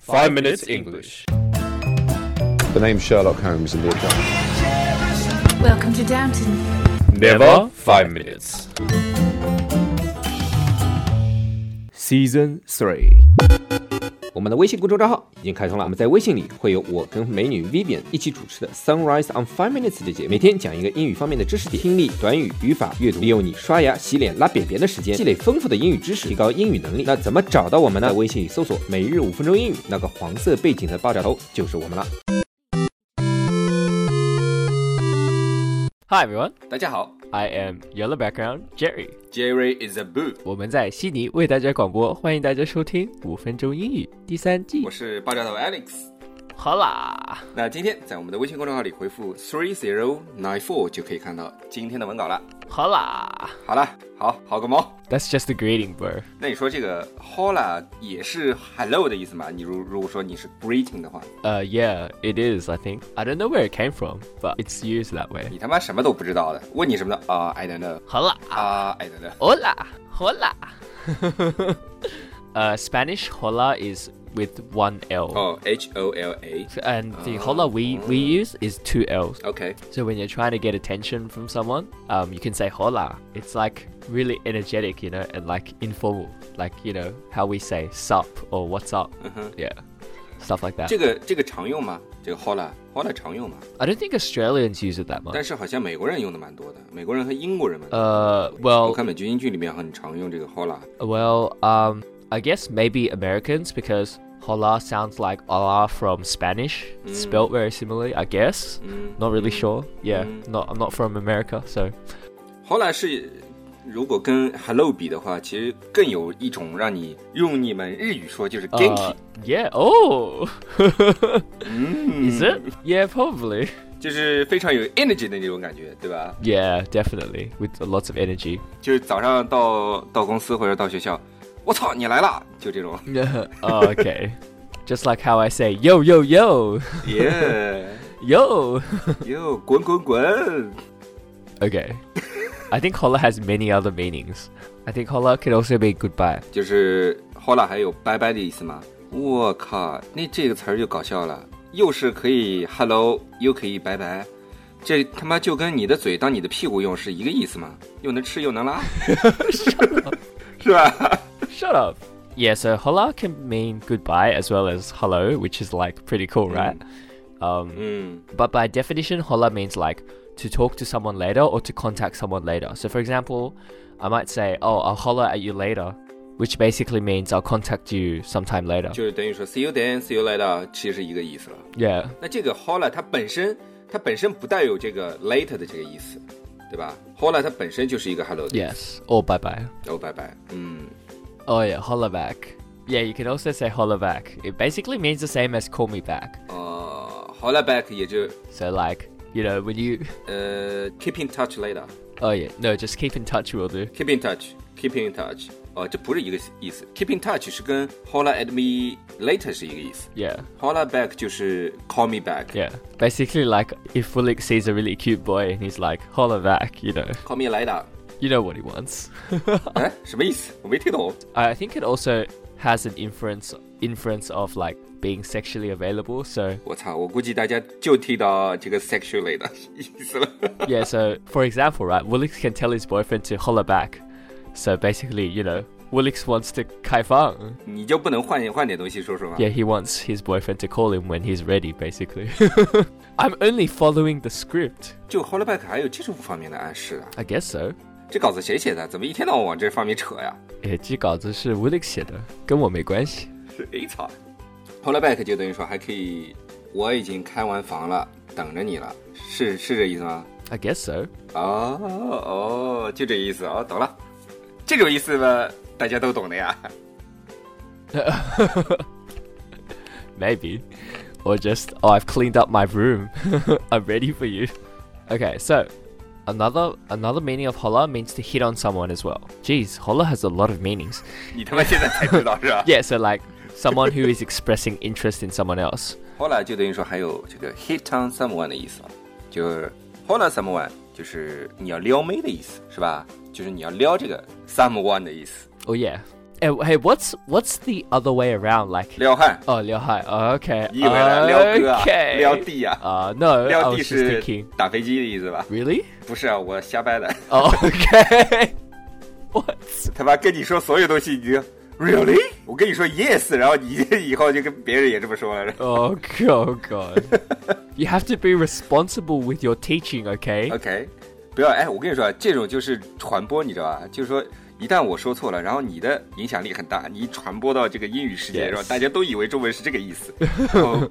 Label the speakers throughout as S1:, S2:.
S1: Five Minutes English.
S2: The name Sherlock Holmes in the account.
S3: Welcome to Downton.
S1: Never five minutes.
S4: Season Three，
S5: 我们的微信公众账号已经开通了，我们在微信里会有我跟美女 Vivian 一起主持的 Sunrise on Five Minutes 的节目，每天讲一个英语方面的知识点，听力、短语、语法、阅读，利用你刷牙、洗脸、拉便便的时间，积累丰富的英语知识，提高英语能力。那怎么找到我们呢？在微信里搜索“每日五分钟英语”，那个黄色背景的爆炸头就是我们了。
S4: Hi everyone,
S5: 大家好
S4: I am Yellow Background Jerry。
S5: ，Jerry is a boo，
S4: 我们在悉尼为大家广播，欢迎大家收听五分钟英语第三季。
S5: 是爆炸头 Alex。
S4: 好啦，
S5: 那今天在我们的微信公众号里回复 three zero nine four 就可以看到今天的文稿了。
S4: 好啦
S5: 好了，好好个毛。
S4: ，That's just a greeting, bro.
S5: 那你说这个 hola 也是 hello 的意思吗？你如如果说你是 greeting 的话，
S4: Uh, yeah, it is. I think I don't know where it came from, but it's used that way.
S5: 你他妈什么都不知道的，问你什么的啊、i don't know
S4: 好啦
S5: 啊、i don't know。
S4: ，Hola, hola. uh, Spanish hola is with one L,
S5: 哦、h Oh, O L A。Ah。
S4: and the hola we we use is two Ls.
S5: OK，
S4: So when you're trying to get attention from someone, um, you can say hola. It's like really energetic, you know, and like informal, like you know how we say sup or what's up,
S5: Uh-huh.
S4: yeah, stuff like that.
S5: 这个这个常用吗？这个 hola hola 常用吗？
S4: I don't think Australians use it that
S5: 但
S4: much.
S5: 是好像美国人用的蛮多的，美国人和英国人们。
S4: Uh,
S5: 我
S4: well,
S5: 看美剧、英剧里面很常用这个 hola。
S4: well, um, I guess maybe Americans because hola sounds like hola from Spanish, It's spelt very similarly. I guess.
S5: Mm. 嗯
S4: Not really sure. Yeah, not I'm not from America, so
S5: hola 是如果跟 hello 比的话，其实更有一种让你用你们日语说就是
S4: uh,
S5: genki，、
S4: yeah. Oh,
S5: 嗯
S4: is it? Yeah, probably.
S5: 就是非常有 energy 的那种感觉，对吧？
S4: Yeah, definitely. With lots of energy.
S5: 就是早上到到公司或者到学校，我操你来啦，就这 种。
S4: oh, okay. Just like how I say, yo, yo, yo,
S5: 耶
S4: yo.
S5: 哟，滚滚滚！
S4: Okay. I think holla has many other meanings. I think holla could also be goodbye.
S5: 就是 hola 还有拜拜的意思吗？我靠，那这个词儿就搞笑了，又是可以 hello，又可以拜拜，这他妈就跟你的嘴当你的屁股用是一个意思吗？又能吃又能 拉，是吧？
S4: Shut up. Yeah, so holla can mean goodbye as well as hello, which is like pretty cool, right? Um,
S5: 嗯
S4: But by definition, holla means like to talk to someone later or to contact someone later. So, for example, I might say, Oh, I'll holla at you later, which basically means I'll contact you sometime later.
S5: 就是等于说 see you then，see you later，其实是一个意思了。
S4: Yeah.
S5: 那这个 hola 它本身它本身不带有这个 later 的这个意思，对吧？hola 它本身就是一个 hello 的意思。
S4: Yes. Or bye bye.
S5: 哦，拜拜。嗯，
S4: Oh yeah, holla back. Yeah, you can also say holla back. It basically means the same as call me back.
S5: 呃，hola back 也就
S4: So like, you know, when you
S5: 呃 keep in touch later。
S4: Oh yeah, no, just keep in touch will do.
S5: Keep in touch, keep in touch。哦，这不是一个意思。Keep in touch 是跟 holla at me later 是一个意思。
S4: Yeah.
S5: Holla back 就是 call me back。
S4: Yeah. Basically like if Fulik sees a really cute boy and he's like, holla back, you know.
S5: Call me later。
S4: You know what he wants.
S5: 哎，什么意思？我没听懂。
S4: I think it also has an inference inference of like being sexually available, so
S5: 我操！我估计大家就听到这个 sexual later 意思了。
S4: yeah, so for example, right, Woolix can tell his boyfriend to holla back. So basically, you know, Woolix wants to kaifang.
S5: 你就不能换换点东西说说吗
S4: Yeah, he wants his boyfriend to call him when he's ready, basically. I'm only following the script.
S5: 就 holla back 还有这种方面的暗示啊？
S4: I guess so.
S5: 这稿子谁写的？怎么一天到晚往这方面扯呀？
S4: 诶，这稿子是 Woolix 写的，跟我没关系。
S5: 是 A 草。holla back 就等于说还可以，我已经开完房了，等着你了，是是这意思吗？
S4: I guess so.
S5: 哦哦，就这意思哦，懂了。这种意思吧，大家都懂的呀。
S4: Maybe. Or just, oh, I've cleaned up my room. I'm ready for you. Okay, so another another meaning of holla means to hit on someone as well. Jeez, holla has a lot of meanings.
S5: 你他妈现在才知道是吧
S4: Yeah, so like someone who is expressing interest in someone else.
S5: ？Hola 就等于说还有这个 hit on someone 的意思，就是 hola someone 就是你要撩妹的意思，是吧？就是你要撩这个 someone 的意思。
S4: Oh yeah. Hey, hey, what's what's the other way around? Like,
S5: 撩汉，
S4: oh, Liu Hai. Oh, okay.
S5: 你以为呢？撩哥啊，
S4: okay.
S5: 撩弟啊，
S4: Uh, no, I
S5: 撩弟
S4: was just
S5: 是
S4: thinking.
S5: 打飞机的意思吧？
S4: Really?
S5: 不是啊，我瞎掰的。
S4: Oh, okay. what?
S5: 他妈跟你说所有东西，你就 really？我跟你说 yes，然后你 以后就跟别人也这么说了。
S4: Oh, g- oh god. you have to be responsible with your teaching, okay?
S5: OK，不要哎，我跟你说啊，这种就是传播，你知道吧？就是说，一旦我说错了，然后你的影响力很大，你一传播到这个英语世界，
S4: Yes
S5: 然后大家都以为中文是这个意思，然后，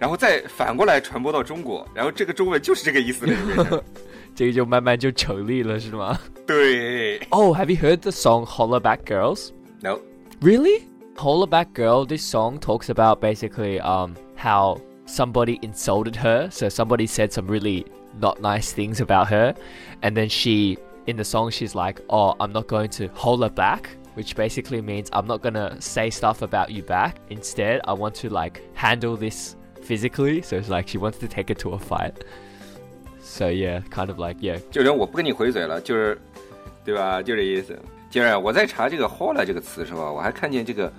S5: 然后再反过来传播到中国，然后这个中文就是这个意思了，就变成
S4: 这个就慢慢就成立了，是吗？
S5: 对
S4: Oh, have you heard the song "Holla Back Girls"?
S5: ，no，
S4: Really? Holla Back Girl, this song talks about basically um how somebody insulted her. So somebody said some really not nice things about her. And then she in the song she's like, Oh, I'm not going to holla back which basically means I'm not gonna say stuff about you back. Instead I want to like handle this physically. So it's like she wants to take it to a fight. So yeah, kind of like yeah.
S5: 就是我不跟你回嘴了，就是，对吧？就这意思。接着我在查这个 “hola” 这个词的时候，我还看见这个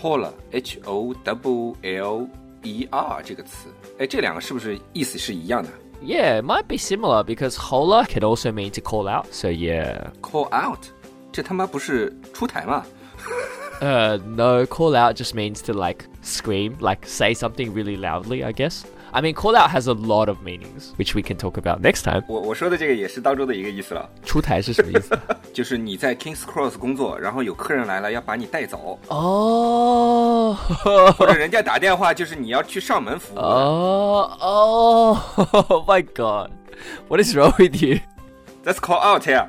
S5: “hola”（h o w l e r） 这个词，哎，这两个是不是意思是一样的
S4: Yeah, it might be similar because holla could also mean to call out. So yeah.
S5: ？“call out”，这他妈不是出台吗？
S4: Uh, no, call out just means to like scream, like say something really loudly, I guess. I mean, call out has a lot of meanings, which we can talk about next time.
S5: 我我说的这个也是当中的一个意思了，
S4: 出台是什么意思？
S5: 就是你在 Kings Cross 工作，然后有客人来了要把你带走，
S4: oh,
S5: 或者人家打电话就是你要去上门服务。
S4: oh, oh, oh my god. What is wrong with you?
S5: That's call out here，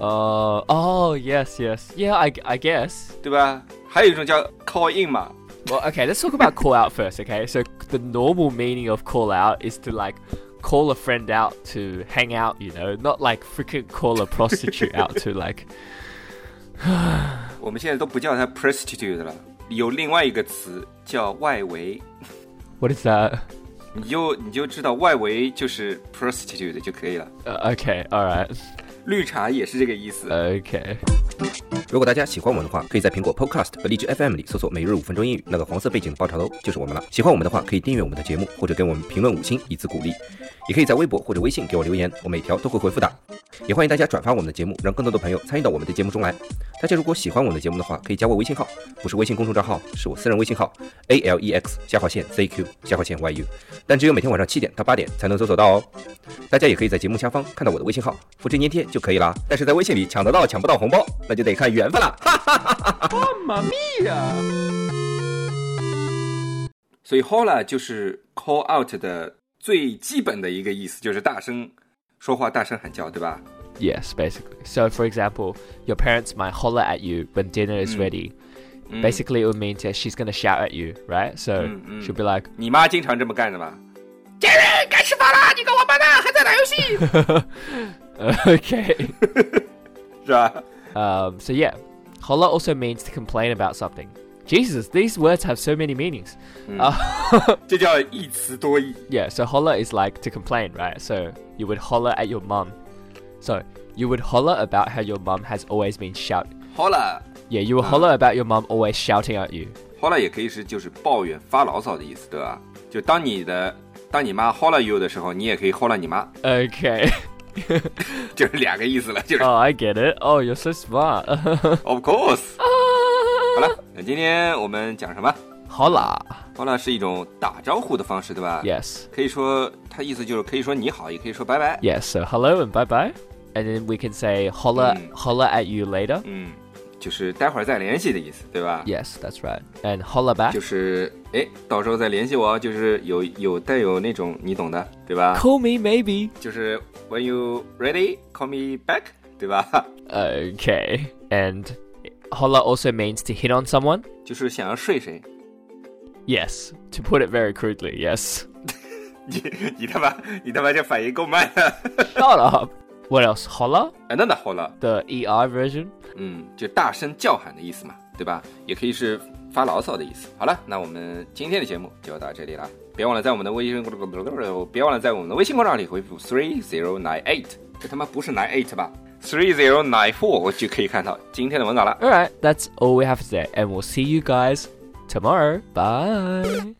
S4: Uh, oh, yes, yes. Yeah, I, I guess.
S5: 对吧？还有一种叫 call in 嘛，
S4: Well, okay, let's talk about call out first, okay? So, the normal meaning of call out is to like call a friend out to hang out, you know, not like freaking call a prostitute out to like.
S5: 我们现在都不叫它 prostitute 了，有另外一个词叫外围，
S4: What is that?
S5: 你就你就知道外围就是 prostitute 就可以了。
S4: Uh, okay, alright.
S5: 绿茶也是这个意思。
S4: Okay.
S6: 如果大家喜欢我们的话，可以在苹果 Podcast 和荔枝 FM 里搜索“每日五分钟英语”，那个黄色背景的爆炒头就是我们了。喜欢我们的话，可以订阅我们的节目，或者给我们评论五星以资鼓励。也可以在微博或者微信给我留言，我每条都会回复的。也欢迎大家转发我们的节目，让更多的朋友参与到我们的节目中来。大家如果喜欢我们的节目的话，可以加我微信号，不是微信公众账号，是我私人微信号 a l e x 下划线 z q 下划线 y u，但只有每天晚上七点到八点才能搜索到哦。大家也可以在节目下方看到我的微信号，复制粘贴就可以啦。但是在微信里抢得到抢不到红包，那就得看缘分啦。
S5: 所以 hola 就是 call out 的最基本的一个意思，就是大声说话、大声喊叫，对吧？
S4: Yes, basically. So, for example, your parents might holler at you when dinner is ready. Basically, it would mean that she's gonna shout at you, right? So, she'll be like,
S5: 你妈经常这么干的吧？
S4: okay.
S5: 是吧？
S4: Um, so yeah, holla also means to complain about something. Jesus, these words have so many meanings.
S5: 这叫一词多义。
S4: Yeah, so holla is like to complain, right? So you would holla at your mum. So you would holla about how your mum has always been shout.
S5: hola
S4: Yeah, you would holla about your mum always shouting at you.
S5: hola 也可以是就是抱怨、发牢骚的意思，对吧？就当你的当你妈 hola you 的时候，你也可以 hola 你妈，
S4: Okay.
S5: 就是两个意思了，就是
S4: oh, I get it. Oh, you're so smart.
S5: of course。好了，那今天我们讲什么
S4: holla.
S5: ？hola 是一种打招呼的方式，对吧
S4: Yes.
S5: 可以说它意思就是可以说你好，也可以说拜拜。
S4: Yes. So hello and bye bye. And then we can say holla
S5: Mm.
S4: holla at you later.
S5: 嗯，就是待会儿再联系的意思，对吧
S4: Yes, that's right. And holla back.
S5: 就是哎，到时候再联系我哦，就是有有带有那种你懂的，对吧
S4: Call me maybe.
S5: 就是 when you ready call me back，对吧？
S4: Okay. And holla also means to hit on someone.
S5: 就是想要睡谁，
S4: Yes. To put it very crudely, yes.
S5: 你你他妈你他妈这反应够慢的。
S4: Shut up. What else? Holla?
S5: 哎，那那好了，
S4: The ER version?
S5: 嗯，就大声叫喊的意思嘛，对吧？也可以是发牢骚的意思。好了，那我们今天的节目就到这里了，别忘了在我们的微信公众，别忘了在我们的微信公众号里回复 three zero nine eight，这他妈不是 nine eight 吧？ three zero nine four 就可以看到今天的文稿了。
S4: All right, that's all we have today, and we'll see you guys tomorrow. Bye.